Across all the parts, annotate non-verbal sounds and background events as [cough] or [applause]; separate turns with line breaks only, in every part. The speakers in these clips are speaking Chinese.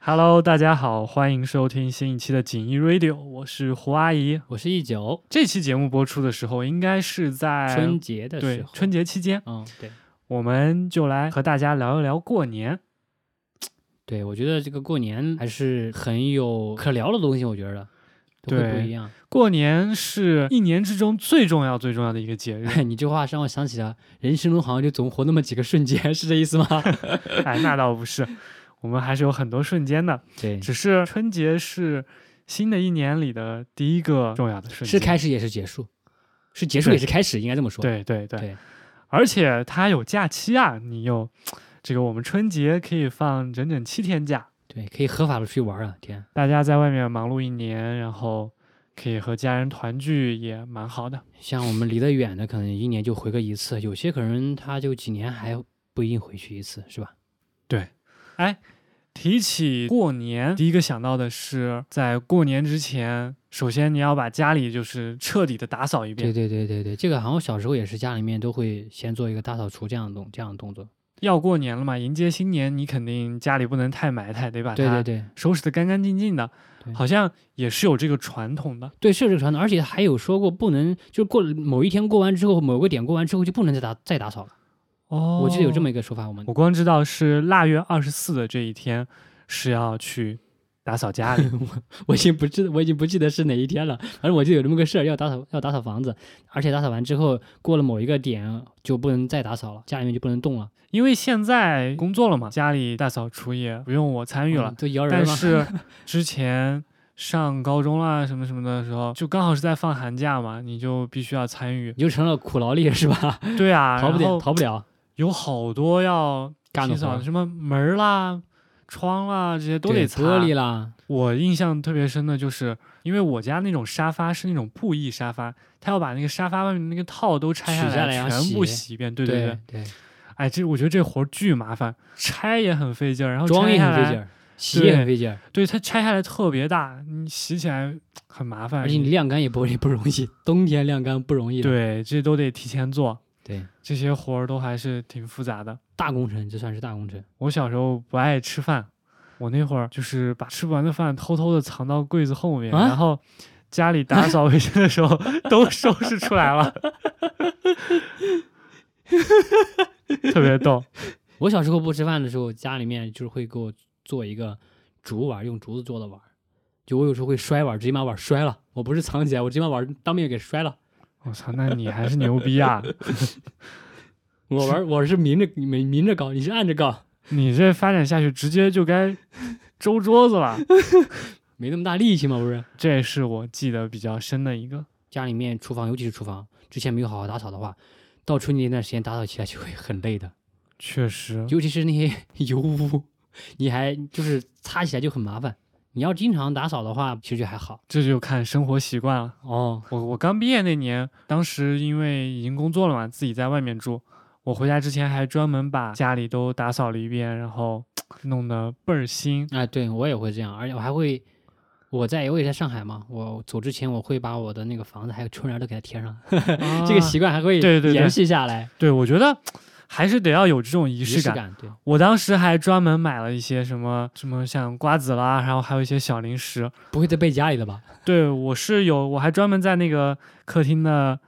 Hello，大家好，欢迎收听新一期的锦衣 Radio，我是胡阿姨。
我是一九，
这期节目播出的时候，应该是在
春节的时
哎对
候，
春节期间，
嗯，对
我们就来和大家聊一聊过年。
对，我觉得这个过年还是很有可聊的东西，我觉得都会不
对
一样。 [laughs]
过年是一年之中最重要、最重要的一个节
[laughs]
日。
你这话让我想起了人生中好像就总活那么几个瞬间，是这意思吗？ [laughs]
哎，那倒不是，我们还是有很多瞬间的，
对，
只是春节是新的一年里的第一个重要的瞬
是
间。
开始也是结束，是结束
对
也是开始，应该这么说。
对对对，
对
而且它有假期啊，你有这个我们春节可以放整整七天假。
对可以合法的出去玩啊！天，
大家在外面忙碌一年，然后可以和家人团聚，也蛮好的。
像我们离得远的，可能一年就回个一次，有些可能他就几年还不一定回去一次，是吧？
哎，提起过年，第一个想到的是，在过年之前，首先你要把家里就是彻底的打扫一
对
遍，
对对对对，这个好像我小时候也是，家里面都会先做一个大扫除这样的动这样的动作。
要过年了嘛，迎接新年，你肯定家里不能太埋汰，得把
对对
它
对，
收拾的干干净净的。
对
好像也是有这个传统的，
对，是有这个传统，而且还有说过不能，就是过了某一天过完之后，某个点过完之后就不能再打再打扫了。
哦
我记得有这么一个说法，我们
我光知道是腊月二十四的这一天是要去打扫家里
我已经不记得，我已经不记得是哪一天了，反正我记得有这么个事儿，要打扫要打扫房子，而且打扫完之后过了某一个点就不能再打扫了，家里面就不能动了，
因为现在工作了嘛，家里大扫除也不用我参与了。
嗯都摇人
但
了。 [laughs]
是之前上高中啦什么什么的时候，就刚好是在放寒假嘛，你就必须要参与。
你就成了苦劳力是吧？
对啊，
逃不
然
了，
后
逃不了，
有好多要
干
清
的活
扫的，
儿，
什么门儿啦、窗啦这些都
对
得擦。
玻璃啦，
我印象特别深的就是，因为我家那种沙发是那种布艺沙发，他要把那个沙发外面那个套都拆
取下来
来，
然后
全部
洗
洗一遍。对
对
对，哎，这我觉得这活儿巨麻烦，拆也很费劲儿，然后
装
拆
也
下
很费
来
劲，儿，洗也
对
很费劲儿，
对它拆下来特别大，你洗起来很麻烦，
而且你晾干也不 [laughs] 也不容易，冬天晾干不容易的。
哎对这都得提前做，
对，
这些活儿都还是挺复杂的。
大工程，这算是大工程。
我小时候不爱吃饭，我那会儿就是把吃不完的饭偷偷的藏到柜子后面，
啊
然后家里打扫卫生的时
[laughs]
候都收拾出来了，特别逗。
我小时候不吃饭的时候，家里面就是会给我做一个竹碗，用竹子做的碗。就我有时候会摔碗，直接把碗摔了。我不是藏起来，我直接把碗当面给摔了。
我操，那你还是牛逼啊！
我玩我是明着明明着搞，你是暗着搞，
你这发展下去，直接就该周桌子了。
没那么大力气嘛，不是？
这是我记得比较深的一个。
家里面厨房，尤其是厨房，之前没有好好打扫的话，到春节那段时间打扫起来就会很累的，
确实，
尤其是那些 [laughs] 油污，你还就是擦起来就很麻烦。你要经常打扫的话，其实就还好
这就看生活习惯了。
哦。
我我刚毕业那年，当时因为已经工作了嘛，自己在外面住。我回家之前还专门把家里都打扫了一遍，然后弄得倍儿新。
哎，对我也会这样，而且我还会，我在我也在上海嘛，我走之前我会把我的那个房子还有窗帘都给它贴 [laughs] 上， [laughs] 这个
啊
习惯还会
对对对
延续下来，
对我觉得还是得要有这种仪
仪
式
式
感。
感，对，
我当时还专门买了一些什么什么像瓜子啦，然后还有一些小零食。
不会再被家里了吧？
对我是有，我还专门在那个客厅的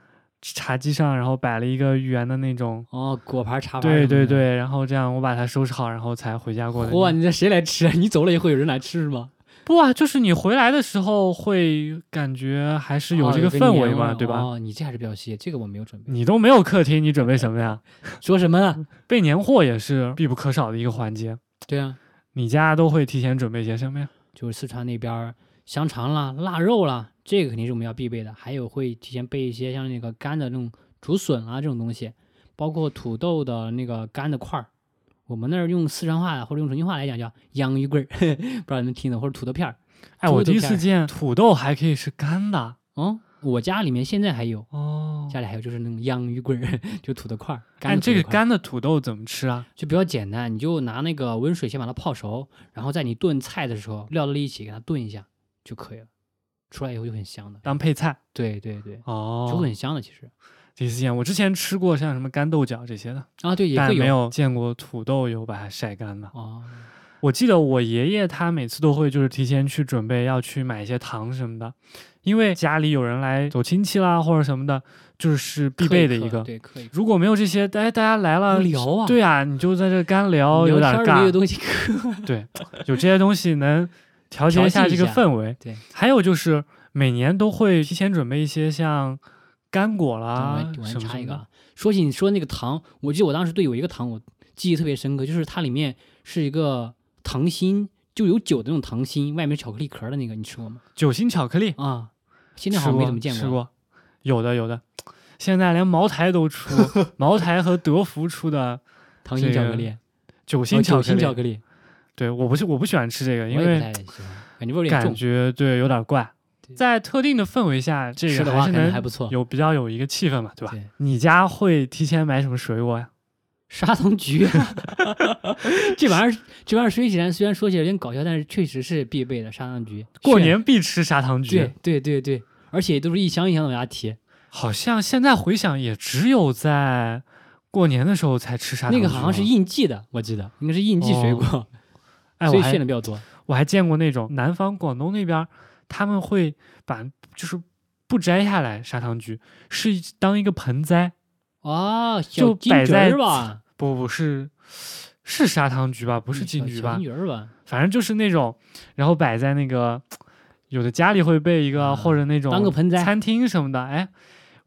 茶几上，然后摆了一个圆的那种。
哦，果盘茶盘，
对对，对，然后这样我把它收拾好，然后才回家过的年。
哇，你这谁来吃啊？你走了以后有人来吃是吗？
不啊，就是你回来的时候会感觉还是有
哦
这
个
氛
年
围
味
嘛，
儿
对吧？
哦，你这还是比较细，这个我没有准备。嗯
你都没有客厅，你准备什么呀？
[laughs] 说什么啊呢？
备年货也是必不可少的一个环节。
对啊，
你家都会提前准备些什么呀？
就是四川那边儿香肠啦、腊肉啦，这个肯定是我们要必备的。还有会提前备一些像那个干的那种竹笋啊这种东西，包括土豆的那个干的块儿。我们那儿用四川话或者用重庆话来讲叫“洋芋棍儿”， [laughs] 不知道你们听的，或者土豆片儿。
哎，
土
我第
豆
一
片
次
儿
见土豆还可以是干的
嗯，我家里面现在还有，
哦。
家里还有就是那种洋芋棍儿， [laughs] 就土豆块儿。干
按哎
的
这个
土豆块儿
干的土豆怎么吃啊？
就比较简单，你就拿那个温水先把它泡熟，然后在你炖菜的时候料到了一起给它炖一下就可以了，出来以后就很香的。
当配菜
对对对，就
哦。
很香的其实。
第一次见，我之前吃过像什么干豆角这些的，
啊，对，也
但
会
没有见过土豆有把它晒干的。
哦，
我记得我爷爷他每次都会就是提前去准备要去买一些糖什么的，因为家里有人来走亲戚啦或者什么的，就是必
刻
备的一
刻
个。
对，可以
如果没有这些，哎，大家来了
聊啊
对啊，你就在这干聊，
聊
有点
天儿没有
尬。
东西
[laughs]
嗑，
对，有这些东西能调节
调
一下
剂
这
一
个
下
氛围。
对，
还有就是每年都会提前准备一些像干果啦
我我还
什么
插
什么
一个
的。
啊，说起你说那个糖，我记得我当时对有一个糖我记忆特别深刻，就是它里面是一个糖心，就有酒的那种糖心，外面是巧克力壳的那个，你吃过吗？
酒心巧克力，
啊，现在
吃
好像没
过
怎么见
吃过，有的有的。现在连茅台都
[laughs]
出，茅台和德芙出的
糖心
这
巧
个
克力，
酒
哦
心
酒
巧克
心
力。
巧克力，
对，我不是我不喜欢吃这个，因
我也不
为
太喜欢，感觉味儿有点
感
重，
觉对有点怪
对。
在特定的氛围下，这
吃
个
的
还
话
是
感觉
能
还不错。
有比较有一个气氛嘛，对吧？
对，
你家会提前买什么水果呀？
砂糖橘， [laughs] 这玩意儿，这玩意儿说起来虽然说起来有点搞笑，但是确实是必备的砂糖橘。
过
炫
年必吃砂糖橘
对，对对对，而且都是一箱一箱的往家提，
好像现在回想也只有在过年的时候才吃砂糖
那
橘
个
吧。
好像是应季的，我记得应该是应季水果， [laughs]
哎，
所
我
以炫
还
的比较多。
我还见过那种南方广东那边儿，他们会把就是不摘下来砂糖橘，是一当一个盆栽，
哦，
就
小金
摆
桔
在
儿吧，
不不是是砂糖橘吧？不是金桔
嗯小
吧
金？桔儿吧，
反正就是那种，然后摆在那个有的家里会备一个，
啊
或者那种
当个盆栽
餐厅什么的。哎，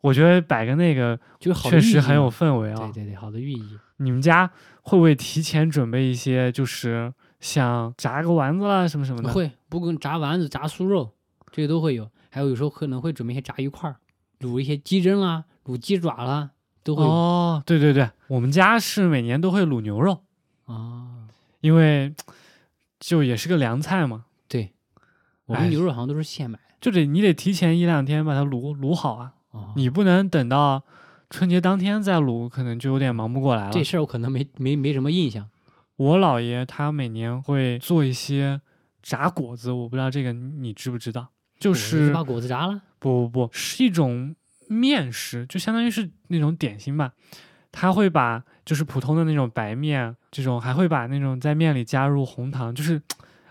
我觉得摆个那个
就是好的
确
寓
实
意
很有
嘛
氛围啊、
对对对，好的寓意。
你们家会不会提前准备一些，就是像炸个丸子啦什么
[laughs]
什么的？
会，不管炸丸子、炸酥肉，这些都会有。还有有时候可能会准备一些炸鱼块儿，卤一些鸡胗啦，卤鸡爪啦，都会有。
哦，对对对，我们家是每年都会卤牛肉，
啊，
因为就也是个凉菜嘛，
对，我
哎
们牛肉好像都是现买。
就得你得提前一两天把它卤卤好啊，
哦，
你不能等到春节当天再卤，可能就有点忙不过来了
这。事儿我可能没没没什么印象。
我姥爷他每年会做一些炸果子，我不知道这个你你知不知道，就
我
是
把果子炸了，
不不不，是一种面食，就相当于是那种点心吧。他会把就是普通的那种白面，这种还会把那种在面里加入红糖，就是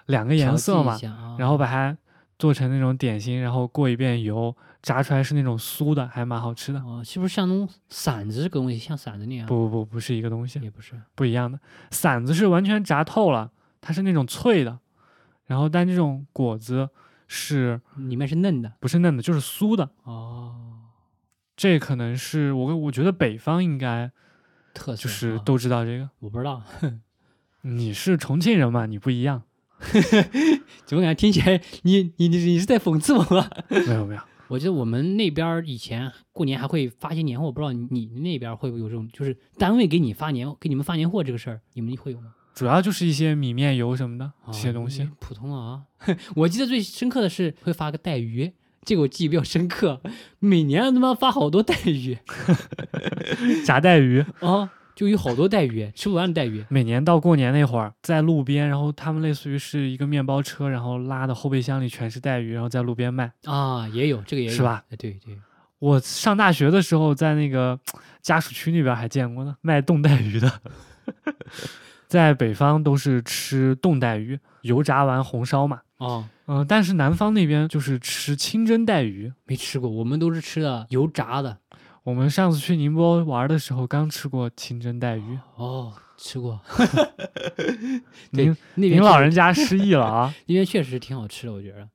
两个颜
调
色
剂一
嘛，
下啊、
然后把它做成那种点心，然后过一遍油，炸出来是那种酥的，还蛮好吃的。
哦，是不是像那种馓子这个东西，像馓子那样？，
不不不，不是一个东西，
也不是。
不一样的。馓子是完全炸透了，它是那种脆的，然后但这种果子是
里面是嫩的。
不是嫩的，就是酥的。
哦，
这可能是我我觉得北方应该
特色
就是
啊
都知道这个。
我不知道，
你是重庆人嘛？你不一样。
怎么感觉听起来你你你你是在讽刺我吗？ [laughs]
没有没有，
我觉得我们那边儿以前过年还会发些年货，我不知道你那边儿会不会有这种，就是单位给你发年给你们发年货这个事儿，你们会有吗？
主要就是一些米面油什么的
啊
这些东西。
嗯普通啊。 [laughs] 我记得最深刻的是会发个带鱼，这个我记忆比较深刻。 [laughs] 每年他妈发好多带鱼 [laughs]
炸带鱼，
啊，就有好多带鱼，吃不完的带鱼。
每年到过年那会儿，在路边，然后他们类似于是一个面包车，然后拉的后备箱里全是带鱼，然后在路边卖。
啊，也有这个也有
是吧？
哎对对，
我上大学的时候，在那个家属区那边还见过呢，卖冻带鱼的。 [laughs] 在北方都是吃冻带鱼，油炸完红烧嘛。
哦，
嗯、但是南方那边就是吃清蒸带鱼。
没吃过，我们都是吃的油炸的。
我们上次去宁波玩的时候，刚吃过清蒸带鱼。
哦，吃过。 [laughs] 对
您
那
[laughs] 您
边
老
确
人家失忆了 [laughs] 啊，
那边确实挺好吃的，我觉得，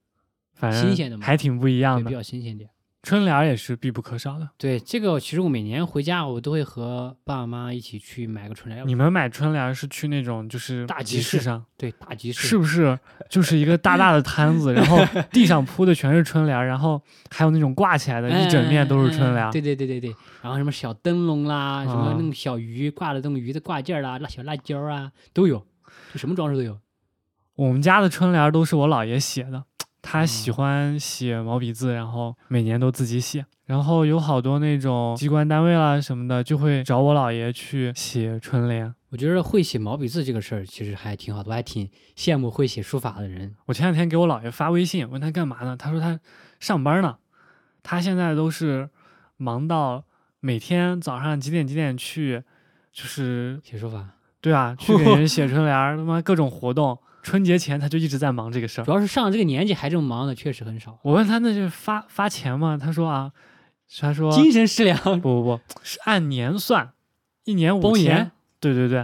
反正
新鲜的嘛
还挺不一
对，
样
比
的。
较新鲜点。
春联儿也是必不可少的。
对，这个其实我每年回家，我都会和爸爸妈妈一起去买个春联。
你们买春联儿是去那种就是
大集
集市
市
上，
对大集市
是不是就是一个大大的摊子，然后地上铺的全是春联儿，然后还有那种挂起来 [laughs] 的，一整面都是春联
哎哎哎
儿。
对对对对对，然后什么小灯笼啦，什么
啊
那种小鱼挂的那种鱼的挂件儿啦，辣小辣椒啊都有，就什么装饰都有。
我们家的春联儿都是我姥爷写的，他喜
哦
欢写毛笔字，然后每年都自己写。然后有好多那种机关单位啦什么的，就会找我姥爷去写春联。
我觉得会写毛笔字这个事儿其实还挺好的，我还挺羡慕会写书法的人。
我前两天给我姥爷发微信，问他干嘛呢？他说他上班呢，他现在都是忙到每天早上几点几点去，就是
写书法
对吧？去给人写春联儿，他妈各种活动，春节前他就一直在忙这个事儿
主。要是上了这个年纪还这么忙的，确实很少。
我问他那是发发钱吗？他说啊，他说
精神食粮，
不不不是按年算，一年五
包
千
年。啊
对对对，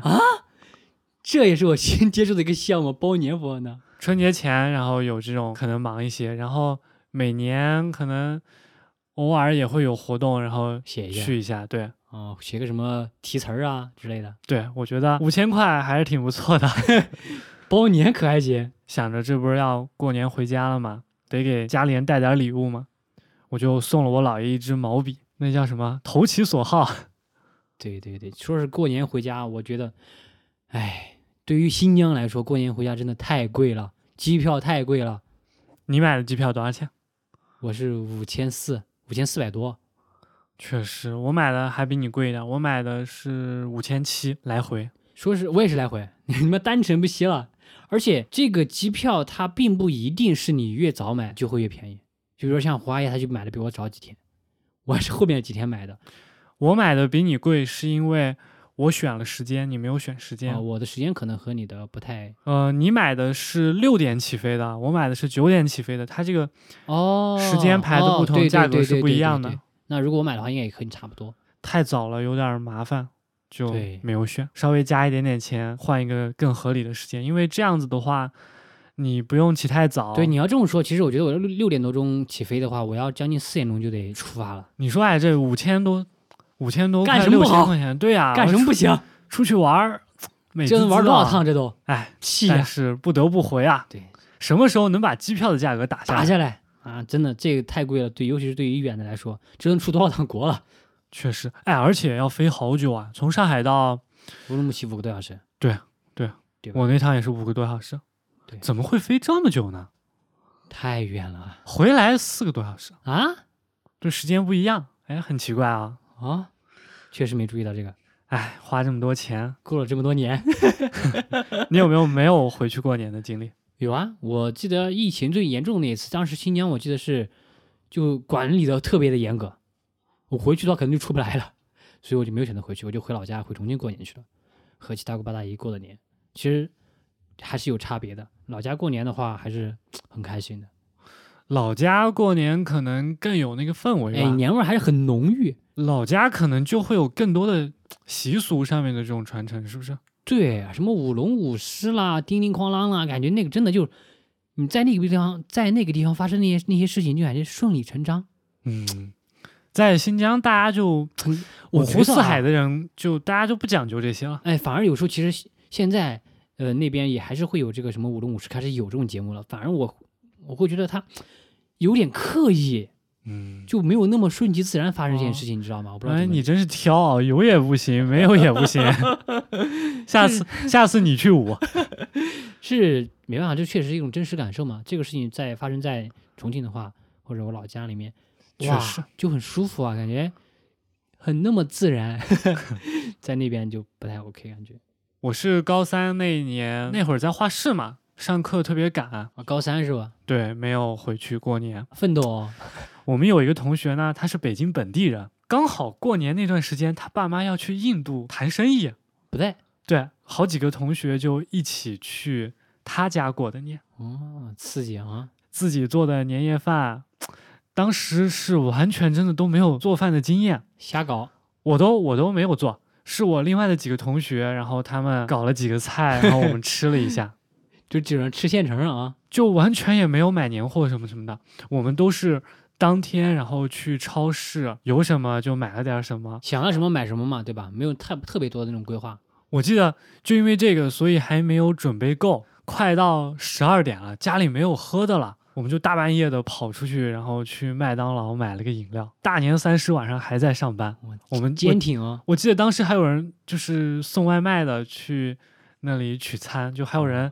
这也是我新 [laughs] 接触的一个项目，包年佛呢。
春节前然后有这种可能忙一些，然后每年可能偶尔也会有活动，然后
写一下
去一下。对
哦，写个什么题词儿啊之类的，
对，我觉得五千块还是挺不错的。 [laughs]
包年可爱节。
想着这不是要过年回家了吗？得给家里人带点礼物嘛，我就送了我姥爷一支毛笔，那叫什么？投其所好。
对对对，说是过年回家，我觉得，哎，对于新疆来说，过年回家真的太贵了，机票太贵了。
你买的机票多少钱？
我是五千四，五千四百多。
确实，我买的还比你贵一点，我买的是五千七来回。
说是我也是来回， [laughs] 你们单程不惜了。而且这个机票它并不一定是你越早买就会越便宜，就比如说像胡阿姨，她就买的比我早几天，我是后面几天买的。
我买的比你贵是因为我选了时间，你没有选时间。
啊，我的时间可能和你的不太
呃，你买的是六点起飞的，我买的是九点起飞的，它这个
哦
时间排的不同价格是不一样的
那如果我买的话，应该也和你差不多。
太早了，有点儿麻烦，就
对
没有选。稍微加一点点钱，换一个更合理的时间，因为这样子的话，你不用起太早。
对，你要这么说，其实我觉得我六六点多钟起飞的话，我要将近四点钟就得出发了，
你说哎，这五千多，五千多
干
快
什么
六
不
千
好
块钱，对呀、
干什么不行？
[laughs] 出？出去玩儿，每
这
次
能玩多少趟？？这都
哎，
气
但
呀！
是不得不回啊，
对，
什么时候能把机票的价格打下
打
来？
下来啊，真的这个太贵了，对，尤其是对于远的来说，这能出多少趟国了？
确实，哎，而且要飞好久啊，从上海到
乌鲁木齐五个多小时，对吧
我那趟也是五个多小时，
对
怎么会飞这么久呢？
太远了
回来四个多小时，
啊
这时间不一样，哎，很奇怪啊。
啊！确实没注意到这个，
哎，花这么多钱，
过了这么多年，
你有没有没有回去过年的经历？
有啊，我记得疫情最严重那一次，当时新疆我记得是就管理的特别的严格，我回去的话可能就出不来了，所以我就没有选择回去，我就回老家回重庆过年去了，和其他姑八大姨过的年，其实还是有差别的。老家过年的话还是很开心的，
老家过年可能更有那个氛围
哎，
吧，
年味儿还是很浓郁。
老家可能就会有更多的习俗上面的这种传承，是不是？
对，啊什么舞龙舞狮啦、叮铃哐啷啦，感觉那个真的就是你在那个地方，在那个地方发生那些那些事情，就感觉顺理成章。
嗯，在新疆大家就
很
五
我
湖
觉得
四
啊
海的人就大家就不讲究这些了。
哎，反而有时候其实现现在呃那边也还是会有这个什么舞龙舞狮开始有这种节目了，反而我我会觉得他有点刻意，
嗯，
就没有那么顺其自然发生这件事
哦
情，你知道吗？我不知道
哎，
怎么
你真是挑啊，有也不行，没有也不
[laughs]
行。下次下次你去舞， [laughs]
是没办法，这确实是一种真实感受嘛。这个事情在发生在重庆的话，或者我老家里面，
确
哇
实
就很舒服啊，感觉很那么自
[laughs]
然，在那边就不太 OK 感觉。
我是高三那一年那会儿在画室嘛，上课特别赶，
啊，高三是吧？
对，没有回去过年。
奋斗、哦，
我们有一个同学呢，他是北京本地人，刚好过年那段时间，他爸妈要去印度谈生意，
不对，
对，好几个同学就一起去他家过的年，
哦，刺激啊！
自己做的年夜饭，当时是完全真的都没有做饭的经验，
瞎搞，
我都我都没有做，是我另外的几个同学，然后他们搞了几个菜，然后我们吃了一下。
就只能吃现成啊！
就完全也没有买年货什么什么的，我们都是当天然后去超市有什么就买了点什么。
想要什么买什么嘛，对吧？没有太特别多的那种规划。
我记得就因为这个，所以还没有准备够，快到十二点了，家里没有喝的了。我们就大半夜的跑出去，然后去麦当劳买了个饮料。大年三十晚上还在上班，
我
我们我
坚挺啊！
我记得当时还有人就是送外卖的去那里取餐，就还有人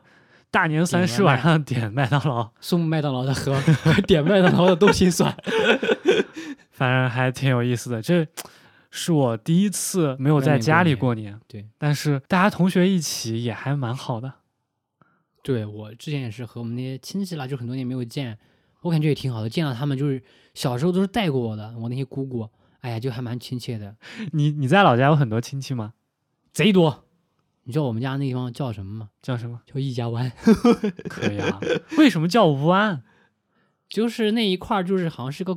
大年三十
点外
晚
卖
上点麦当劳，
送麦当劳的和和 [laughs] 点麦当劳的都心酸。
反正还挺有意思的。这是我第一次没有
外
在
面
家
过
里
年
过年，
对，
但是大家同学一起也还蛮好的。
[laughs] 对我之前也是和我们那些亲戚啦，就很多年没有见，我感觉也挺好的。见到他们就是小时候都是带过我的，我那些姑姑，哎呀，就还蛮亲切的，
你你在老家有很多亲戚吗？
贼多。你知道我们家那地方叫什么吗？
叫什
[laughs]
么？
叫一家湾，
可以啊。为什么叫弯？
就是那一块儿，就是好像是个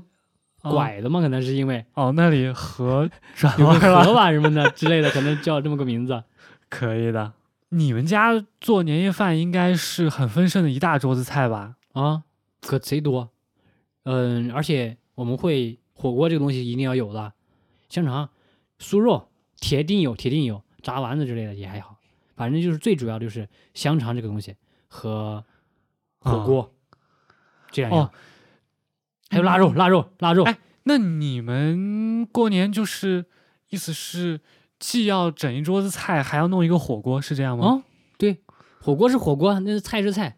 哦
拐的嘛，可能是因 [laughs] 为
哦，那里河转
[laughs] 有个
弯了，
河吧什么 [laughs] 的之类的，可能叫这么个名字。啊
可以的。你们家做年夜饭应该是很丰盛的一大桌子菜吧？
啊，可贼多。嗯，而且我们会火锅这个东西一定要有的，香肠、酥肉铁定有，铁定有，炸丸子之类的也还好。反正就是最主要就是香肠这个东西和火
啊
锅、这两样，
哦
还有腊肉、腊肉、腊肉。
哎那你们过年就是意思是既要整一桌子菜，还要弄一个火锅，是这样吗？
啊，对，火锅是火锅，那是菜是菜，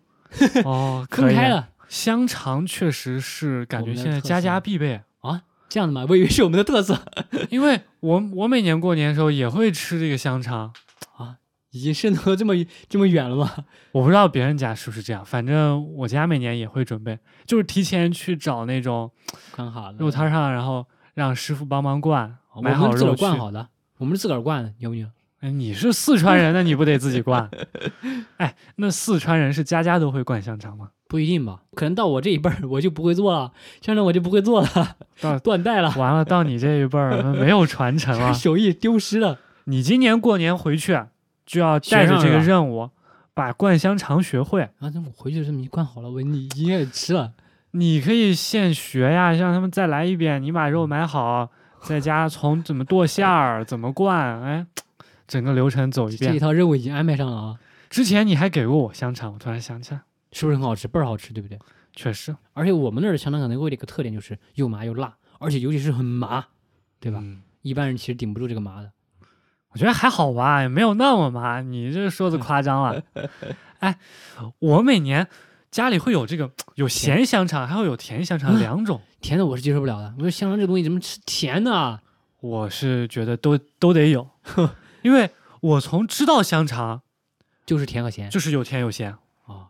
哦，可
[laughs] 分
以
开
啊。
了
香肠确实是感
我
觉
们的
现在
特
家
色
家必备，
这样的嘛？我以为是我们的特色
因为我我每年过年的时候也会吃这个香肠，
啊，已经渗透这么这么远了吗？
我不知道别人家是不是这样，反正我家每年也会准备，就是提前去找那种
刚好了，
肉摊上，然后让师傅帮忙灌，
我
嗯买好
们是自个
肉
儿灌
去
好的，我们是自个儿灌的，牛不牛？
哎你是四川人，那你不得自己灌？ [laughs] 哎，那四川人是家家都会灌香肠吗？ [laughs]
不一定吧，可能到我这一辈儿我就不会做了，像这我就不会做了，
[laughs] 到
断代了，。
完了，到你这一辈儿那没有传承 [laughs] 了
手艺丢失了。
你今年过年回去啊就要带着这个任务，把灌香肠学会。
然后啊等我回去这么一灌好了，我你应该也吃了。
你可以现学呀，让他们再来一遍。你把肉买
[laughs]
好，在家从怎么剁馅儿、怎么灌，哎，整个流程走一
这一
遍。
套任务已经安排上了啊，
之前你还给过我香肠，我突然想起来，
是不是很好吃？倍儿好吃，对不对？
确实，
而且我们那儿的香肠可能会有一个特点就是又麻又辣，而且尤其是很麻，对吧？
嗯
一般人其实顶不住这个麻的。
我觉得还好吧，也没有那么麻。你这说的夸张
[laughs]
了。哎，我每年家里会有这个有咸香肠，还会有甜香肠
啊
两种。
甜的我是接受不了的，我说香肠这东西怎么吃甜的啊？
我是觉得都都得
[laughs]
有，因为我从知道香肠
就是甜和咸啊、
就是有甜有咸，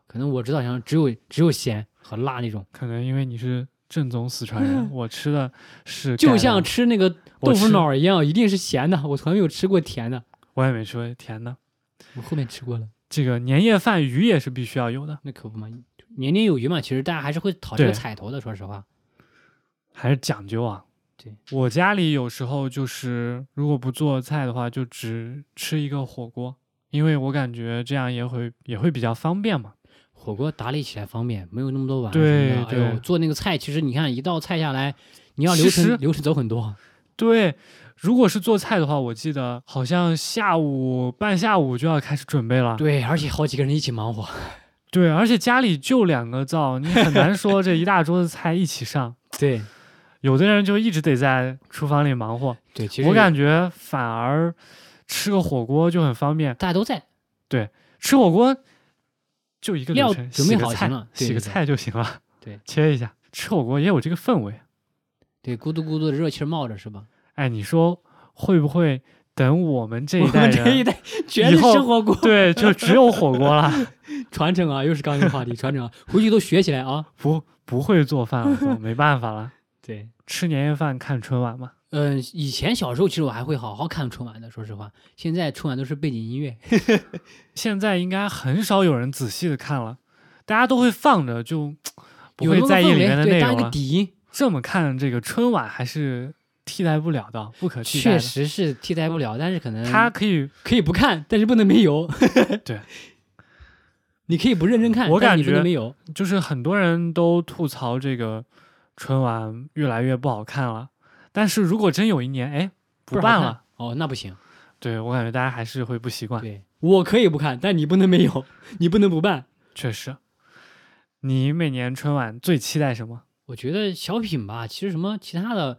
可能我知道香肠只有只有咸和辣那种，
可能因为你是正宗四川人，我吃的是盖
嗯就
的
像吃那个
我
豆腐
吃
脑儿一样，一定是咸的。我从来没有吃过甜的。
我也没吃过甜的。
我后面吃过了，
这个年夜饭鱼也是必须要有的，
那可不嘛，年年有余嘛。其实大家还是会讨这个
对
彩头的，说实话。
还是讲究啊。
对，
我家里有时候就是如果不做菜的话，就只吃一个火锅，因为我感觉这样也会也会比较方便嘛。
火锅打理起来方便，没有那么多碗什么
对
的。哎呦，
对
做那个菜，其实你看一道菜下来，你要流
其实
程流程走很多。
对，如果是做菜的话，我记得好像下午半下午就要开始准备了。
[laughs] 对，而且好几个人一起忙活，
对，而且家里就两个灶，你很难说这一大桌子菜一起上。
对
有的人就一直得在厨房里忙活，
对，其实
我感觉反而吃个火锅就很方便。
大家都在，
吃火锅就一个流
料
程，
准备
洗个
好
菜
行了对
洗个
对对
菜就行了。
对，
切一下，吃火锅也有这个氛围。
对，咕嘟咕嘟的热气儿冒着，是 [laughs] 吧？
哎，你说会不会等我们这一代
我们
人，
这一代全
以
是
后
吃火锅 [laughs]
对，就只有火锅了，
传承啊，又是刚才的话题， [laughs] 传承啊，回去都学起来啊。
不不会做饭了都，没办法了。
对，
吃年夜饭看春晚嘛，
嗯，以前小时候其实我还会好好看春晚的，说实话，现在春晚都是背景音乐。
现在应该很少有人仔细的看了，大家都会放着，就不
有
会
那么
在意
氛
里
围
面的
对
内
当
容
一个
了。
底音，
这么看，这个春晚还是替代不了的，不可替代
确
的。
实是替代不了，但是可能
它可以，
可以不看，但是不能没 [laughs] 有。
对，
你可以不认真看，
我
但
感
你不能
觉
没有。
就是很多人都吐槽这个春晚越来越不好看了。但是如果真有一年，哎，不
不
办
好看
了，
哦，那不行。
对我感觉大家还是会不习惯。
对，我可以不看，但你不能没有，你不能不办。
确实，你每年春晚最期待什么？
我觉得小品吧，其实什么其他的，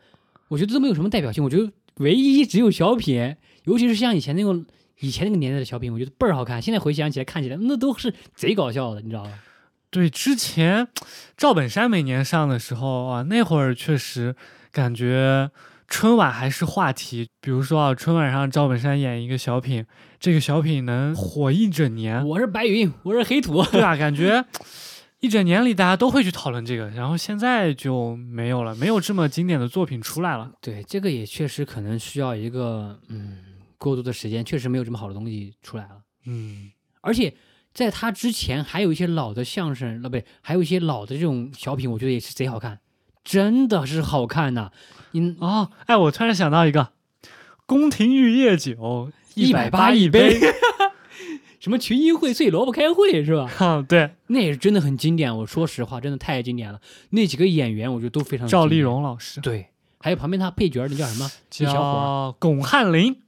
我觉得都没有什么代表性。我觉得唯一只有小品，尤其是像以前那种以前那个年代的小品，我觉得倍儿好看。现在回想起来，看起来那都是贼搞笑的，你知道吧？
对，之前赵本山每年上的时候啊，那会儿确实感觉春晚还是话题。比如说啊，春晚上赵本山演一个小品，这个小品能火一整年，
我是白云，我是黑土，
对吧？感觉一整年里大家都会去讨论这个，然后现在就没有了，没有这么经典的作品出来了。
对，这个也确实可能需要一个嗯过渡的时间，确实没有什么好的东西出来了。
嗯，
而且在他之前还有一些老的相声，呃那不对，还有一些老的这种小品，我觉得也是贼好看，真的是好看呐、嗯，
哦，哎，我突然想到一个，宫廷玉液酒百
180
一
一杯，
[laughs]
什么群英荟萃，萝卜开会是吧？
哈、啊对，
那也是真的很经典。我说实话，真的太经典了。那几个演员，我觉得都非常
赵丽
经典，
蓉老师
嗯对，还有旁边他配角儿，那叫什么？一小伙
叫巩汉林，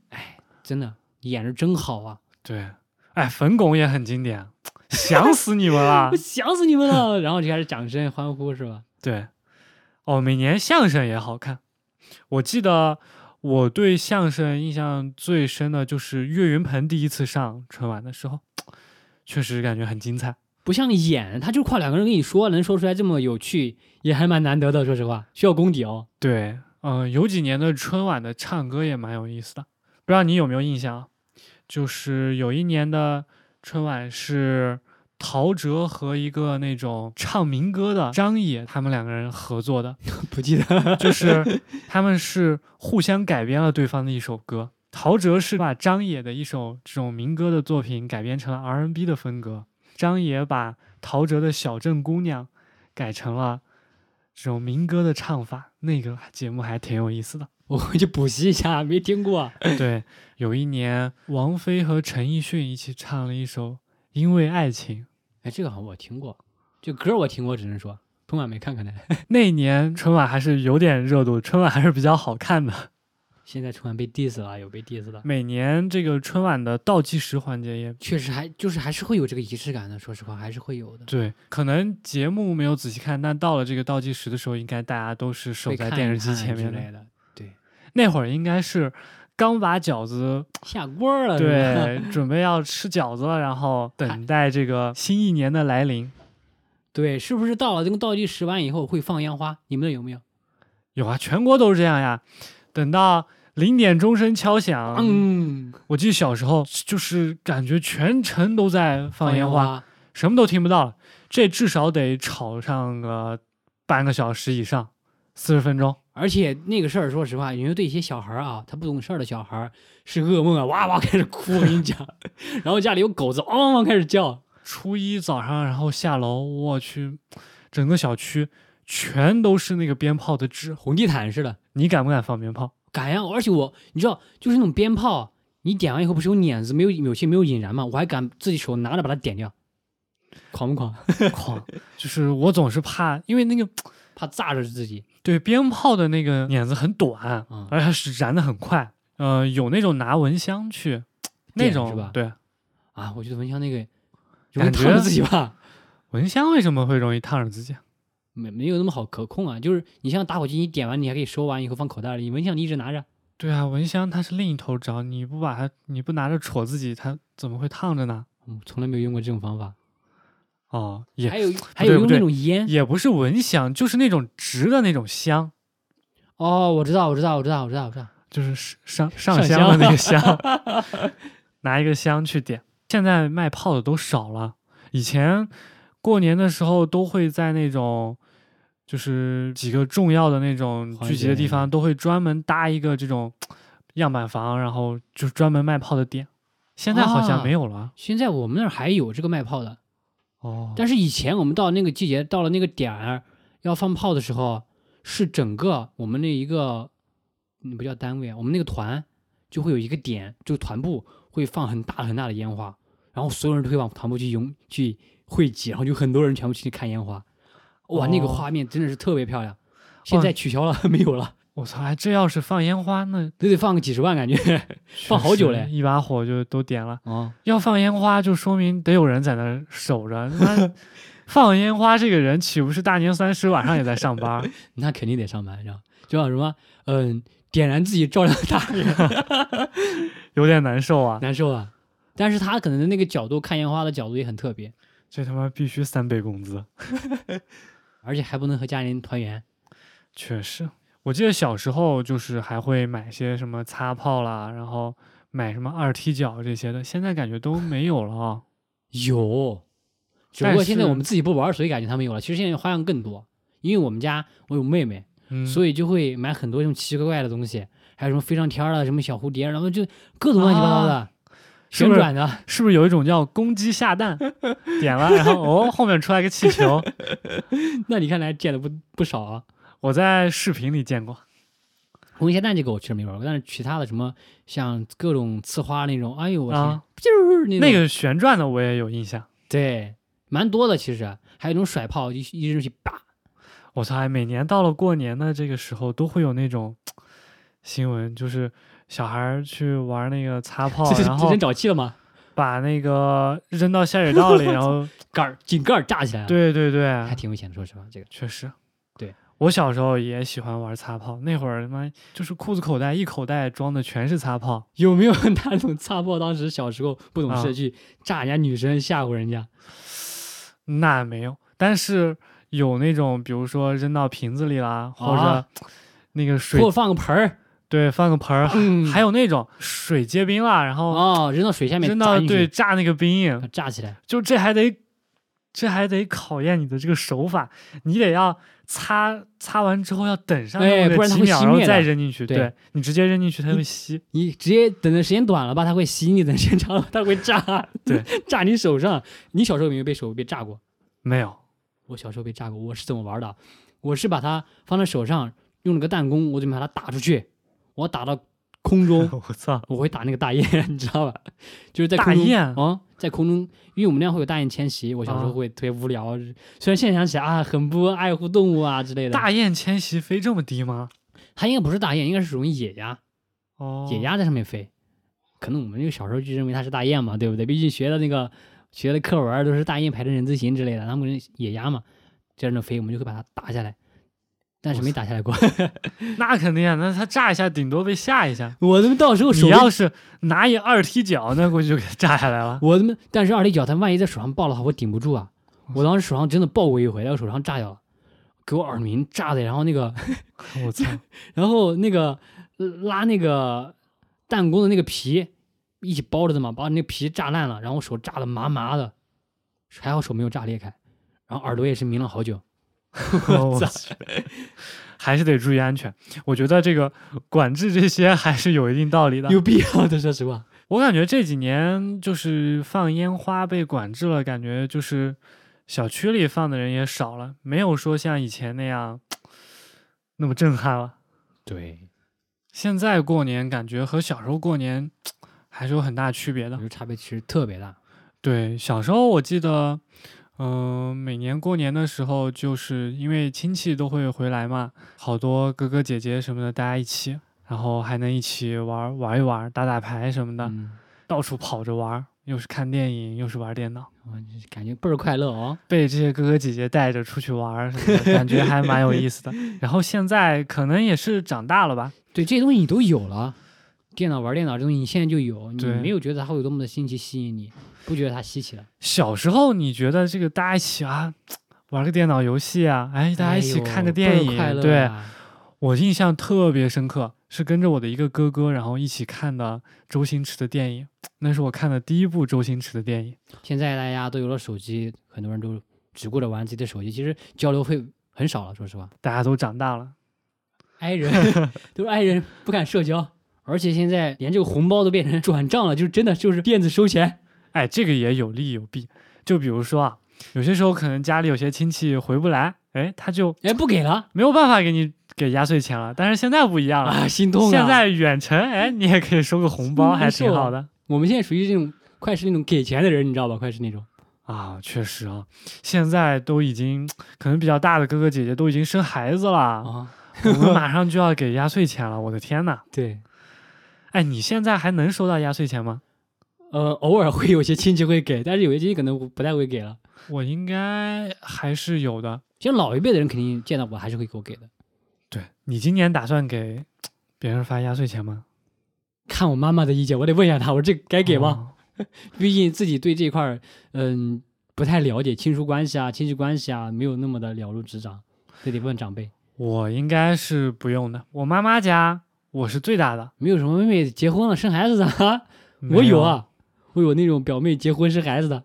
真的演的真好啊！
对，哎，冯巩也很经典，想死你们了
[laughs] 我，想死你们了， [laughs] 然后就开始掌声欢呼是吧？
对，哦，每年相声也好看，我记得。我对相声印象最深的就是岳云鹏第一次上春晚的时候，确实感觉很精彩。
不像演，他就靠两个人跟你说，能说出来这么有趣，也还蛮难得的。说实话，需要功底哦。 [laughs]
对，嗯、有几年的春晚的唱歌也蛮有意思的，不知道你有没有印象啊？就是有一年的春晚是陶喆和一个那种唱民歌的张也，他们两个人合作的，
不记得，
就是他们是互相改编了对方的一首歌。陶喆是把张也的一首这种民歌的作品改编成了 R&B 的风格，张也把陶喆的《小镇姑娘》改成了这种民歌的唱法。那个节目还挺有意思的。
我回去补习一下，没听过。
对，有一年王菲和陈奕迅一起唱了一首《因为爱情
哎，这个好像我听过，这歌我听过，只能说春晚没看看呢。》。
那年春晚还是有点热度，春晚还是比较好看的。
[laughs] 现在春晚被 diss 了，有被 diss 的，
每年这个春晚的倒计时环节也
确实还就是还是会有这个仪式感的。说实话，还是会有的。
对，可能节目没有仔细看，但到了这个倒计时的时候，应该大家都是守
会
在
看
电
一
视机前
看
面
之
的。
类的，
那会儿应该是刚把饺
[laughs]
子
下锅儿了。是吧，
对准备要吃饺子了，然
[laughs]
后等待这个新一年的来临。
对，是不是到了这个倒计时完以后会放烟花？你们那有没有？
有啊，全国都是这样呀。等到零点钟声敲响，
嗯，
我记得小时候就是感觉全城都在放烟
烟
花，什么都听不到了。这至少得吵上个半个小时以上，四十分钟。
而且那个事儿，说实话，你说对一些小孩儿啊，他不懂事儿的小孩儿是噩梦啊，哇哇开始哭，我跟你讲。 [laughs] 然后家里有狗子，汪汪汪开始叫，
初一早上，然后下楼，我去，整个小区全都是那个鞭炮的纸。
红地毯似的。
你敢不敢放鞭炮？
敢呀！而且我，你知道，就是那种鞭炮，你点完以后不是有捻子，没有有些没有引燃吗？我还敢自己手拿着把它点掉，狂不狂？ [laughs]
狂！就是我总是怕，因为那个
怕炸着自己。
对鞭炮的那个捻子很短，
嗯
而且它是燃的很快。呃，有那种拿蚊香去，那
点
种
是吧
对
啊！我觉得蚊香那个容易
感
烫
觉
着自己吧，
蚊香为什么会容易烫着自己？
没没有那么好可控啊。就是你像打火机，你点完你还可以收完以后放口袋里，蚊香你一直拿着。
对啊，蚊香它是另一头着，你不把它，你不拿着戳自己，它怎么会烫着呢？
嗯，从来没有用过这种方法。
哦，也
还有还
对不
有用
对
那种烟，
也不是蚊香，就是那种直的那种香，
哦，我知道，我知道，我知道，我知道，我知道。
就是上上上
上
香的
香
那个
[laughs]
香，拿一个香去点。现在卖炮的都少了，以前过年的时候都会在那种就是几个重要的那种
环
聚集的
节
地方，都会专门搭一个这种样板房，然后就是专门卖炮的店。现在好像
啊
没有了。
[laughs] 现在我们那儿还有这个卖炮的，
哦
但是以前我们到那个季节，到了那个点儿要放炮的时候，是整个我们那一个，嗯，不叫单位啊，我们那个团就会有一个点，就团部会放很大很大的烟花，然后所有人都会往团部去拥去汇集，然后就很多人全部去看烟花，哇，那个
哦
画面真的是特别漂亮。现
哇
在取消了， [laughs] 没有了，
我操！哎，这要是放烟花，那
都得放个几十万感觉。放好久嘞
一把火就都点了。
哦，
要放烟花，就说明得有人在那儿守着。 [laughs] 那放烟花这个人，岂不是大年三十晚上也在上班 [laughs] 儿？
那肯定得上班，是吧？就像什么，嗯、点燃自己照亮他人， [laughs]
有点难受 [laughs] 啊！
难受啊。但是他可能那个角度看烟花的角度也很特别，
这他妈必须三倍工资，
而且还不能和家人团圆。
确实。我记得小时候就是还会买些什么擦炮啦，然后买什么二踢脚这些的，现在感觉都没有了啊。
有，只
但
不过现在
是
我们自己不玩，所以感觉他们有了。其实现在花样更多，因为我们家我有妹妹，
[laughs] 嗯，
所以就会买很啊多这种奇奇怪怪的东西，还有什么飞上天儿了，什么小蝴蝶，然后就各种乱七八糟的。
是
旋
啊不是
转的，
是不是有一种叫公鸡下 [laughs] 蛋？点了，然后哦，后面出来个气球，
[laughs] 那你看来见的不不少啊。
我在视频里见 [laughs] 过。
红鞋蛋这个我确实没玩过，但是其他的什么像各种呲花那种，哎呦我天，
啊
就是那种
那个旋转的我也有印象，
对，蛮多的其实，还有一种甩炮，一一扔去叭，
我操！哎每年到了过年的这个时候，都会有那种新闻，就是小孩儿去玩那个
[laughs]
擦炮，
这是
哦然
这
后
真沼气了吗？
把那个扔到下水道
[laughs]
里，然后
盖儿井盖儿炸起来了，，
对啊对对，
还挺危险的，说实话，这个
确实，
对
我小时候也喜欢玩擦炮，那会儿他妈就是裤子口袋一口袋装的全是擦炮，
有没有 [laughs] 那种擦炮？当时小时候不懂
啊
事去炸人家女生，吓唬人家，
那没有，但是有那种比如说扔到瓶子里啦，或者
啊
那个水、
给我放个盆儿，
对放个盆儿，
嗯
还有那种水结冰啦，然后
哦，扔到水下面，嗯
扔到
炸进去
对，炸那个冰，
炸起来，
就这还得这还得考验你的这个手法，你得要擦擦完之后要等上
哎
那么个
不然它
几
会
秒，
熄
然后
灭
再
的
扔进去，
对
对你直接扔进去它会吸。
你直接等的时间短了吧，它会吸你；等时间长了，它会炸，
对，
[laughs] 炸你手上。你小时候有没有被手被炸过？
没有，
我小时候被炸过，我是怎么玩的？我是把它放在手上，用了个弹弓，我就把它打出去，我打到
[laughs]
空中，
我操！
我会打那个大雁， [laughs] 你知道吧？就是在
大
空中
雁
啊、在空中，因为我们那样会有大雁迁徙，我小时
啊
候会特别无聊，虽然现在想起来啊，很不爱护动物啊之类的。
大雁迁徙飞这么低吗？
它应该不是大雁，应该是属于野鸭，
哦，
野鸭在上面飞。可能我们就小时候就认为它是大雁嘛，对不对？毕竟学的那个学的课文儿都是大雁排成人字形之类的，它们野鸭嘛，在那飞，我们就会把它打下来，但是没打下来过。
那肯定啊，那它炸一下，顶多被吓一下。
[laughs] 我他妈到时候手
你
被
要是拿一二踢脚，那估计就给它炸下来
[laughs]
了。
我他妈，但是二踢脚它万一在手上爆的话，我顶不住啊！我当时手上真的爆过一回，然后手上炸掉了，给我耳鸣炸的，然后那个
我操！
[laughs] 然后那个呃拉那个弹弓的那个皮一起包着的嘛，把那个皮炸烂了，然后手炸的麻麻的，还好手没有炸裂开，然后耳朵也是鸣了好久。
我去， [laughs] 还是得注意安全。我觉得这个管制这些还是有一定道理的。
有必要的，说实话。
我感觉这几年就是放烟花被管制了，感觉就是小区里放的人也少了，没有说像以前那样那么震撼了。
对，
现在过年感觉和小时候过年还是有很大区别
我
的
觉。得差别其实特别大。
对，小时候我记得，嗯、每年过年的时候，就是因为亲戚都会回来嘛，好多哥哥姐姐什么的，大家一起，然后还能一起玩儿玩一玩儿，打打牌什么的，
嗯，
到处跑着玩儿，又是看电影，又是玩电脑，
我就是感觉倍儿快乐哦。
被这些哥哥姐姐带着出去玩儿什么的，感觉还蛮有意思的。然后现在可能也是长大了吧，
对，这些东西你都有了，电脑玩电脑这东西你现在就有，你
对
没有觉得它会有多么的新奇吸引你，不觉得它稀奇了。
小时候你觉得这个大家一起啊。玩个电脑游戏啊，哎，大家一起
哎呦
看个
倍儿
电影，
快乐
对，
啊
我印象特别深刻，是跟着我的一个哥哥，然后一起看的周星驰的电影。那是我看的第一部周星驰的电影。
现在大家都有了手机，很多人都只顾着玩自己的手机，其实交流会很少了。说实话，
大家都长大了，[laughs]
挨人都是挨人，不敢社交。而且现在连这个红包都变成 [laughs] 转账了，就是真的就是电子收钱。
哎，这个也有利有弊。就比如说啊，有些时候可能家里有些亲戚回不来，哎，他就
哎，不给了
没有办法给你给压岁钱了。但是现在不一样了，
啊，心痛啊！
现在远程，哎，你也可以收个红包，
嗯
还挺
是
好
哦
的。
我们现在属于这种快是那种给钱的人，你知道吧？快是那种
啊，确实啊，现在都已经可能比较大的哥哥姐姐都已经生孩子了，
啊，
我 [laughs] 们马上就要给压岁钱了，我的天呐！
对，
哎，你现在还能收到压岁钱吗？
呃，偶尔会有些亲戚会给，但是有些亲戚可能不不太会给了。
我应该还是有的。
其实老一辈的人肯定见到我还是会给我给的。
对你今年打算给别人发压岁钱吗？
看我妈妈的意见，我得问一下她，我这该给吗？
哦？
毕竟自己对这块儿，嗯，不太了解，亲属关系啊、亲戚关系啊，没有那么的了如指掌，这得问长辈。
我应该是不用的。我妈妈家我是最大的，
没有什么妹妹结婚了生孩子的，啊我
没
有。啊，我有那种表妹结婚生孩子的，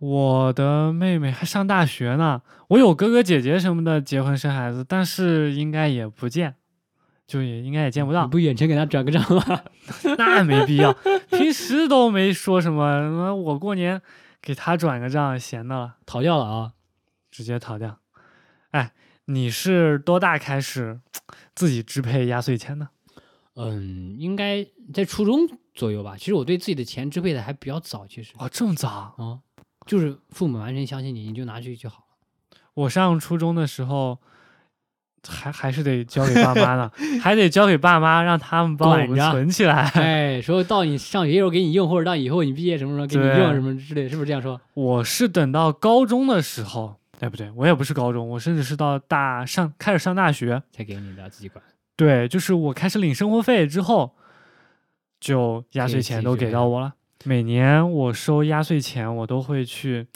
我的妹妹还上大学呢，我有哥哥姐姐什么的结婚生孩子，但是应该也不见，就也应该也见不到
[laughs] 你，不远程给他转个账吗？ [laughs]
那没必要，平时都没说什么，那我过年给他转个账，闲的了，
逃掉了啊！
直接逃掉。哎，你是多大开始自己支配压岁钱的？
嗯，应该在初中左右吧。其实我对自己的钱支配的还比较早，其实啊、
哦，这么早？
嗯就是父母完全相信你，你就拿去就好
[laughs]
了。
我上初中的时候，还还是得交给爸妈呢，还得交给爸妈，让他们帮我
管
们
着
存起来。
哎，说到你上学时候给你用，或者到以后你毕业什么时候给你
对
用什么之类的，是不是这样说？
我是等到高中的时候，哎，不对，我也不是高中，我甚至是到大上开始上大学，
才给你的自己管。
对，就是我开始领生活费之后，就压
可以
岁
自己
钱都给
决定
到我了。每年我收压岁钱，我都会去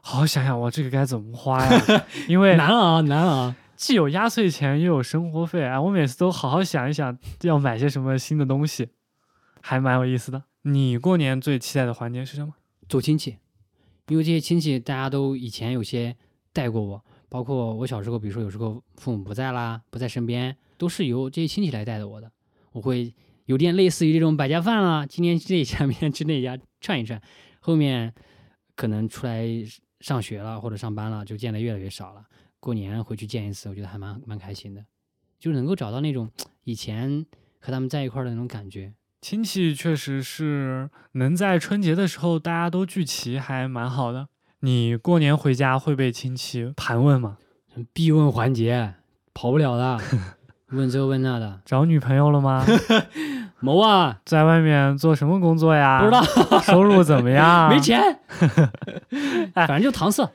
好好想想，我这个该怎么花 [laughs] 呀？因为
难啊，难啊！
既有压岁钱，又有生活费，哎，我每次都好好想一想要买些什么新的东西，还蛮有意思的。你过年最期待的环节是什么？
走亲戚，因为这些亲戚大家都以前有些带过我，包括我小时候，比如说有时候父母不在啦，不在身边，都是由这些亲戚来带的我的。我会有点类似于这种百家饭啦，今天去这家， [laughs] 明天去那家串一串，后面可能出来上学了或者上班了，就见的越来越少了。过年回去见一次，我觉得还蛮蛮开心的，就能够找到那种以前和他们在一块儿的那种感觉。
亲戚确实是能在春节的时候大家都聚齐，还蛮好的。你过年回家会被亲戚盘问吗？
必问环节，跑不了的，问这问那的，
找女朋友了吗？ [laughs]
谋啊，
在外面做什么工作呀？
不知道，
收入怎么样？
[laughs] 没。钱，
哎
[laughs] 反正就搪塞，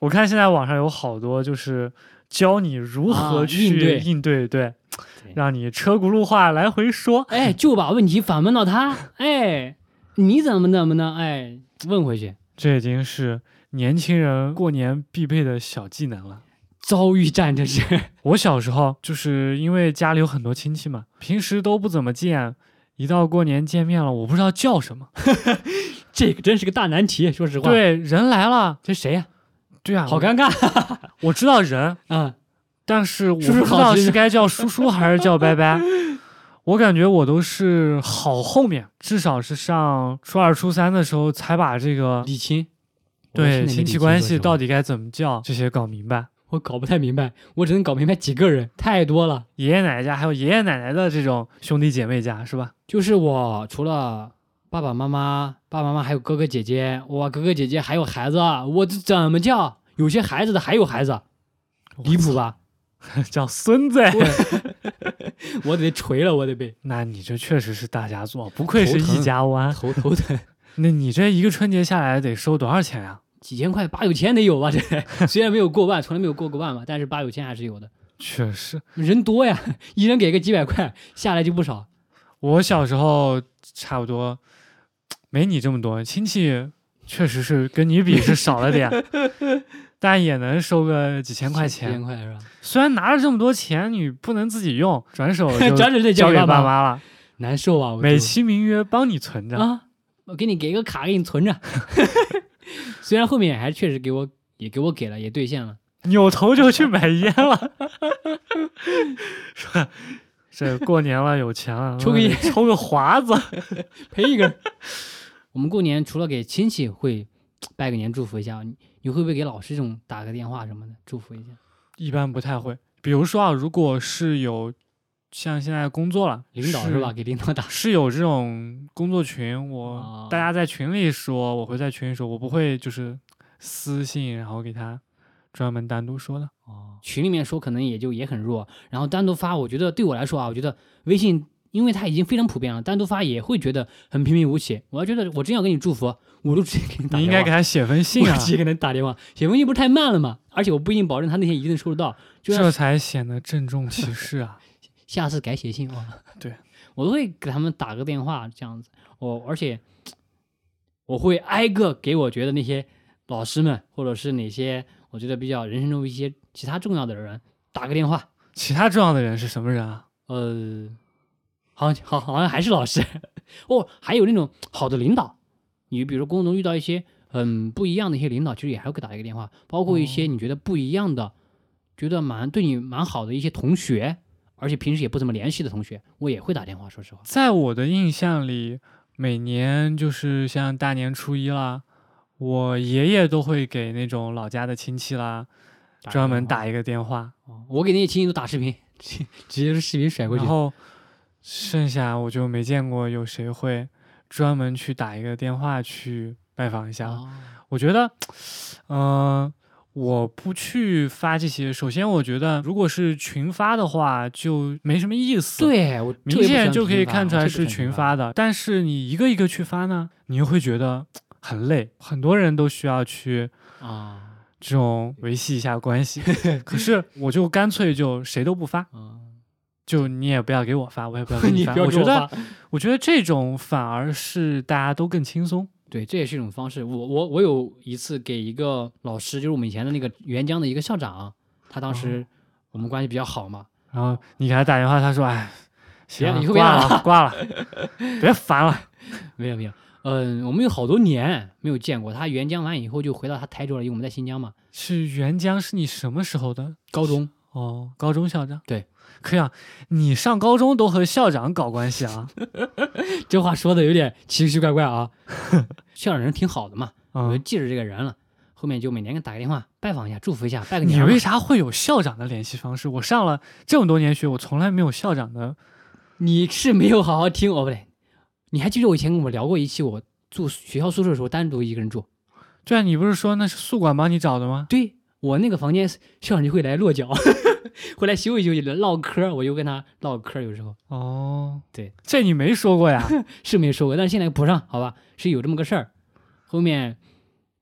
我看现在网上有好多就是教你如
啊
何去
应对
应对，对
对
让你车轱辘话来回说。
哎，就把问题反问到他，哎，你怎么怎么呢？哎，问回去，
这已经是年轻人过年必备的小技能了。
遭遇战这是， [laughs]
我小时候就是因为家里有很多亲戚嘛，平时都不怎么见，一到过年见面了，我不知道叫什么。
这个真是个大难题，说实话，，
对，人来了，
这谁呀、
对啊，
好尴尬
我，我知道人， [laughs]
啊，
但是我不
叔叔
知
好
道
侄
是
子
该叫叔叔还是叫伯 [laughs] 伯。我感觉我都是好后面，至少是上初二、初三的时候才把这个
李亲，我是那
对
个
亲
李
戚
亲
关
说
系
实话
到底该怎么叫这些搞明白。
我搞不太明白，我只能搞明白几个人，太多了。
爷爷奶奶家，还有爷爷奶奶的这种兄弟姐妹家，是吧？
就是我除了爸爸妈妈，爸爸妈妈还有哥哥姐姐，我哥哥姐姐还有孩子，啊我这怎么叫？有些孩子的还有孩子，啊离谱吧？
叫孙子。
我得锤了，我得被
[laughs] 那你这确实是大家族，不愧是
头疼
一家湾。
头头疼，
那你这一个春节下来得收多少钱呀、
几千块八九千得有吧？这虽然没有过万，从来没有过过万嘛，但是八九千还是有的。
确实，
人多呀，一人给个几百块，下来就不少。
我小时候差不多没你这么多，亲戚确实是跟你比是少了
[laughs]
点，但也能收个几千块
几
钱
千。块是吧？
虽然拿着这么多钱，你不能自己用，转手哦就
[laughs] 转手就交
交
给
给
爸
爸
妈
妈了，
难受啊！我
美
都
其名曰帮你存着。
啊，我给你给个卡，给你存
[laughs]
着。 [laughs] 虽然后面还确实给我也给我给了，也兑现了。
扭头就去买烟 [laughs] 了，说这过年了有钱了，
抽个烟
抽个华子，
赔一根。 [laughs] 我们过年除了给亲戚会拜个年祝福一下，你你会不会给老师这种打个电话什么的祝福一下？
一般不太会。比如说啊，如果是有像现在工作了，
领导是吧？？给领导打
是有这种工作群，我、
哦
大家在群里说，我会在群里说，我不会就是私信，然后给他专门单独说的。
哦，群里面说可能也就也很弱，然后单独发，我觉得对我来说啊，我觉得微信因为它已经非常普遍了，单独发也会觉得很平平无奇。我要觉得我真要给你祝福，我就直接给你打
你应
电
该
话
给。他写封信
我
啊，
直接给他打电话， [laughs] 写封信不是太慢了吗？而且我不一定保证他那天一定收得到，就
这
是
才显得郑重其事 [laughs] 啊。
下次改写信哦。
对，
[laughs] 我都会给他们打个电话这样子。我而且我会挨个给我觉得那些老师们，或者是哪些我觉得比较人生中一些其他重要的人打个电话。
其他重要的人是什么人啊？
呃，好像好好像还是老师 [laughs] 哦，还有那种好的领导，你比如说工作中遇到一些嗯不一样的一些领导，其实也还会打一个电
哦
话，包括一些你觉得不一样的，觉得蛮对你蛮好的一些同学，而且平时也不怎么联系的同学，我也会打电话。说实话，
在我的印象里，每年就是像大年初一啦，我爷爷都会给那种老家的亲戚啦，
打个
专门
电话
打一个电话，
哦我给那些亲戚都打视频， [laughs] 直直接是视频甩过去
然。后剩下我就没见过有谁会专门去打一个电话去拜访一下。
哦
我觉得，嗯、我不去发这些。首先，我觉得如果是群发的话，就没什么意思。，
对我特别
明
不喜
显
欢
就可以
群发
看出
我
来
特别
是
不喜欢
群发的。但是你一个一个去发呢，你又会觉得很累。很多人都需要去
啊
这种维系一下关系，可是我就干脆就谁都不发，
啊！
就你也不要给我发，我也不要给 [laughs] 你发。
不要
我
给
觉得
发，
我觉得这种反而是大家都更轻松。
对，这也是一种方式。我我我有一次给一个老师，就是我们以前的那个沅江的一个校长，他当时
哦
我们关系比较好嘛，
然后你给他打电话，他说：“哎，行
别
了，
以后别
挂
打
了，挂了，别烦了。
没有没有，嗯，我们有好多年没有见过他。沅江完以后就回到他台州了，因为我们在新疆嘛，”
是沅江，是你什么时候的？
高中。 [laughs]
哦，高中校长。
对，
可以啊，你上高中都和校长搞关系 [laughs] 啊？
这话说的有点奇奇怪怪啊。 [laughs] 校长人挺好的嘛，我就
嗯，
记着这个人了。后面就每年给他打个电话，拜访一下，祝福一下，拜个
嗯你
年嘛。
为啥会有校长的联系方式？我上了这么多年学，我从来没有校长的。
你是没有好好听哦，不对，你还记得我以前跟我们聊过一期，我住学校宿舍的时候单独一个人住，
对啊，你不是说那是宿管帮你找的吗？
对我那个房间，校长就会来落脚， [laughs] 会来休息休息，唠嗑，我就跟他唠嗑，有时候
哦，
对，
这你没说过呀？
是没说过，但是现在补上，好吧，是有这么个事儿。后面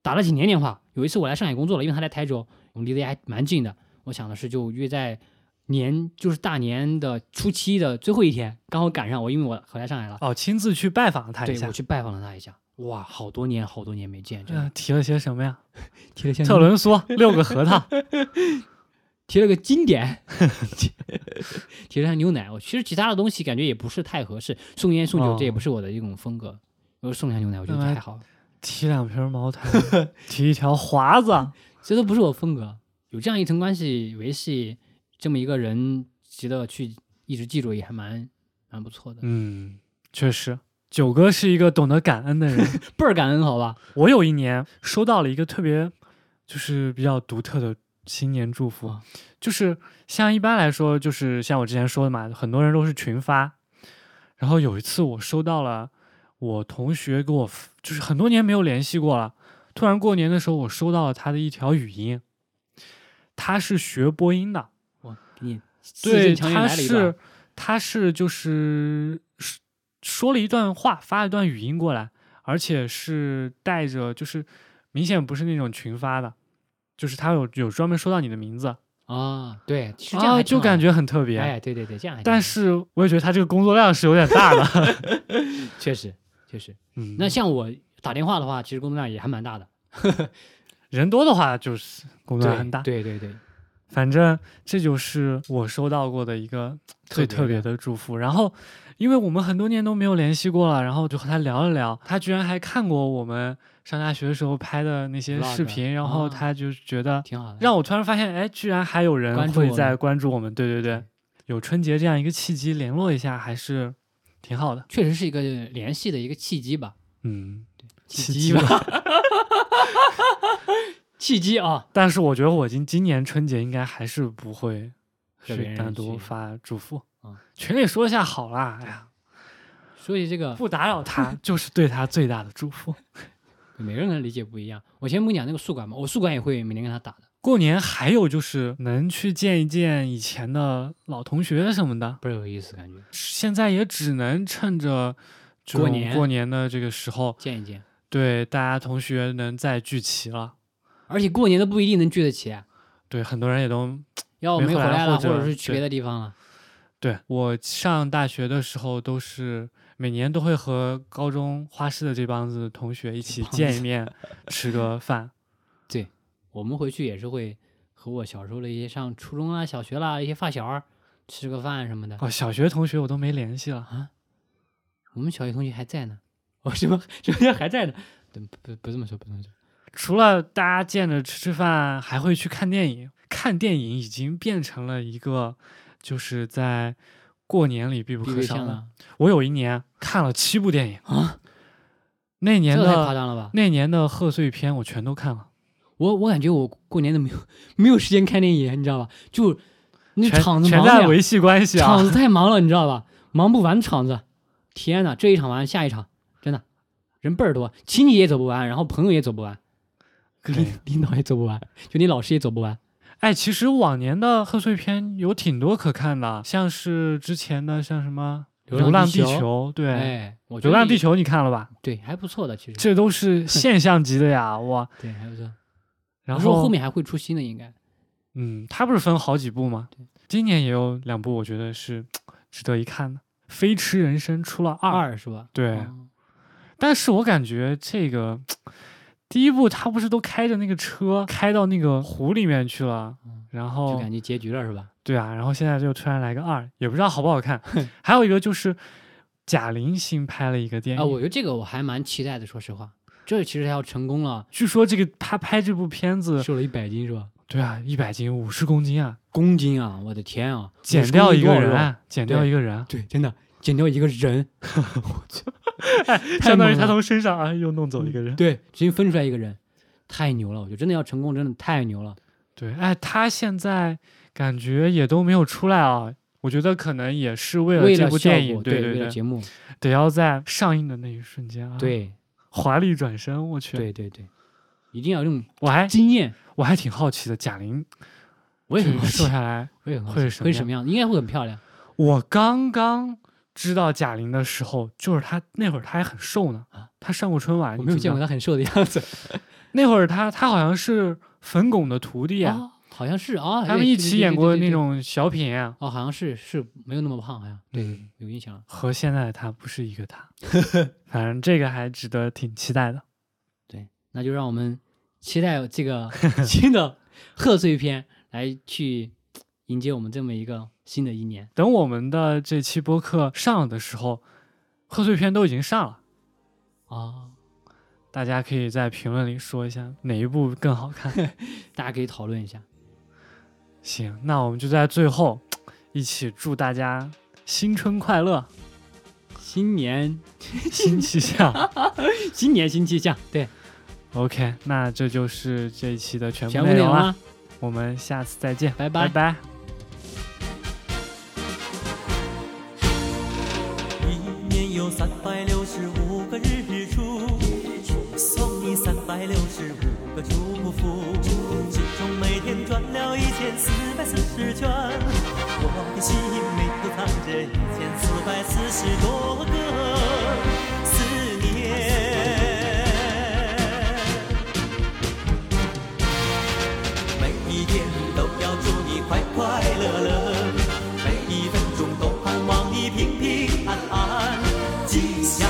打了几年电话，有一次我来上海工作了，因为他来台州，我们离得也还蛮近的。我想的是就约在年，就是大年的初七的最后一天，刚好赶上我，因为我回来上海了，
[laughs] 哦，亲自去拜访他一
对
下
我。去拜访了他一下。哇，好多年好多年没见，真
嗯、
的
提了些什么呀？
提了像
特仑 [laughs] 苏，六个核桃。
提了个经典， [laughs] 提了箱牛奶。我其实其他的东西感觉也不是太合适，送烟送酒
哦
这也不是我的一种风格。我送一箱牛奶，我觉得
那还
还好，
提两瓶茅台， [laughs] 嗯提一条华子，
这都不是我风格。有这样一层关系维系，这么一个人值得去一直记住，也还蛮蛮不错的，
嗯，确实，九哥是一个懂得感恩的人。
倍儿感恩，好吧？
我有一年收到了一个特别，就是比较独特的新年祝福，
啊
就是像一般来说，就是像我之前说的嘛，很多人都是群发，然后有一次我收到了我同学给我发，就是很多年没有联系过了，突然过年的时候我收到了他的一条语音，他是学播音的。
我给你字
对，
正腔圆
他
来了一段
是，他是就是说说了一段话，发了一段语音过来，而且是带着就是明显不是那种群发的，就是他有有专门说到你的名字
啊，对，其实这样
啊，
还
就
挺好
感觉很特
的
别。
哎，对对对，这样还挺好
但
的
是我也觉得他这个工作量是有点大的。 [laughs]
确实确实，
嗯，
[laughs] 那像我打电话的话，其实工作量也还蛮大的，
人多的话就是工作
对
量很大。
对对对，
反正这就是我收到过的一个最
特
特
别的
别的祝福。然后，因为我们很多年都没有联系过了，然后就和他聊了聊，他居然还看过我们上大学的时候拍的那些
Vlog
视频，然后
啊
他就觉得
挺好的。
让我突然发现，哎，居然还有
关
人
注
会
我
在
们
关注我们。对对对，有春节这样一个契机联络一下，还是挺好的。
确实是一个联系的一个契机吧，
嗯，契
契机
机
吧，契机啊，
[laughs] 但是我觉得我今今年春节应该还是不会
和别
去
人
单独
去
发祝福
啊。
群里说一下好啦，哎呀。
所以这个
不打扰
[laughs]
他就是对他最大的祝福。
每个人的理解不一样。我先不讲那个宿管嘛，我宿管也会每年跟他打的，
过年还有就是能去见一见以前的老同学什么的，
倍儿有意思，感觉
现在也只能趁着这
过
种
年
过年的这个时候，
见一见，
对大家同学能再聚齐了。
而且过年都不一定能聚得齐，
对，很多人也都
要
没回
没回
来
来
或
了，或
者
者是去
对
别的地方了。
对我上大学的时候都是每年都会和高中花市的这帮子同学一起
帮
见
子
一面，吃个饭。
我们回去也是会和我小时候的一些上初中啊、小学啦一些发小儿吃个饭什么的。
哦，小学同学我都没联系了。
我们小学同学还在呢，我什么什么叫还在呢？对不不不这么说，不这么说。
除了大家见着吃吃饭，还会去看电影。看电影已经变成了一个就是在过年里必不
必
可
备
少
项
的。
啊，
我有一年看了七部电影
啊，
那年
这太夸
的
张了吧？
那年的贺岁片我全都看了，
我我感觉我过年都没有没有时间看电影，你知道吧？就那
全
场子
全
忙
在
呀，
维系关系啊 [laughs]
场。子太忙了，你知道吧？忙不完的场子，天呐，这一场完下一场，真的人倍儿多，亲戚也走不完，然后朋友也走不完，
对
领领导也走不完，就你老师也走不完。
哎，其实往年的贺岁片有挺多可看的，像是之前的像什么《
流
流
浪
浪
地
地
球
球》，对，
哎，我觉
流
得
浪地
也
球》你看了吧？
对还不错的，其实
这都是现象级的呀，哇！
对还不错。
然
我说
后
后面还会出新的，应该
嗯，它不是分好几部吗？今年也有两部，我觉得是值得一看的，《飞驰人生》出了二，
二是吧？
对。
哦
但是我感觉这个第一部他不是都开着那个车开到那个湖里面去了，
嗯
然
就
后
感觉结局了是吧？
对啊，然后现在就突然来个二，也不知道好不好看。还有一个就是贾玲新拍了一个电
啊、
影，
我觉得这个我还蛮期待的，说实话，这其实他要成功了，
据说这个她拍这部片子，
瘦了一百斤是吧？
对啊，一百斤五十公斤啊，
公斤啊，我的天啊，
减
50
掉
公
一
斤
个
多少
人
肉，
啊，减掉
对
一个人啊，
对，真的减掉一个人，太
相当于
猛
她
了
从身上啊又弄走一个人。
对，直接分出来一个人，太牛了！我觉得真的要成功，真的太牛了。
对，哎，他现在感觉也都没有出来啊。我觉得可能也是为了
为
啊这
了
部
效
电影，
果，
对
为了
对，啊
节目，
得要在上映的那一瞬间啊，，
对
华丽转身，我去，
对对对，一定要用
我还
经验。
我还挺好奇的，贾玲
我也
这
很好奇
瘦，下来，
我也很好
[laughs] 会
奇
什么
会
样
什么样子？应该会很漂亮
我刚刚知道贾玲的时候，就是她那会儿她还很瘦呢
啊，
她上过春晚，[laughs] 你
我没有
记
见
不
过
记得
她很瘦的
[laughs]
样子。
那会儿她她好像是冯巩的徒弟啊，
哦，好像是啊，
他
对
们一
对
起
对
演
对
过
对
那
对
种小品啊，
哦，好像是是没有那么胖，好像对
嗯
有印象了。
和现在的他不是一个他。 [laughs] 反正这个还值得挺期待的。
对，那就让我们期待这 [laughs] 个新的贺岁片来去迎接我们这么一个新的一年。
等我们的这期播客上了的时候，贺岁片都已经上了，
哦，
大家可以在评论里说一下哪一部更好看。 [laughs]
大家可以讨论一下。
行，那我们就在最后一起祝大家新春快乐， [laughs]
新年，
新气象。
新年新气象，对，
OK，那这就是这一期的全部
全部
内
内
容
容
了，
啊，
我们下次再见，
拜拜
拜拜
一年有三百六十五个日出，送你三百六十五个祝福，心中每天转了一千四百四十圈，我的心里头藏着一千四百四十多个思念。每一天都要祝你快快乐乐，每一分钟都盼望你平平安安，吉祥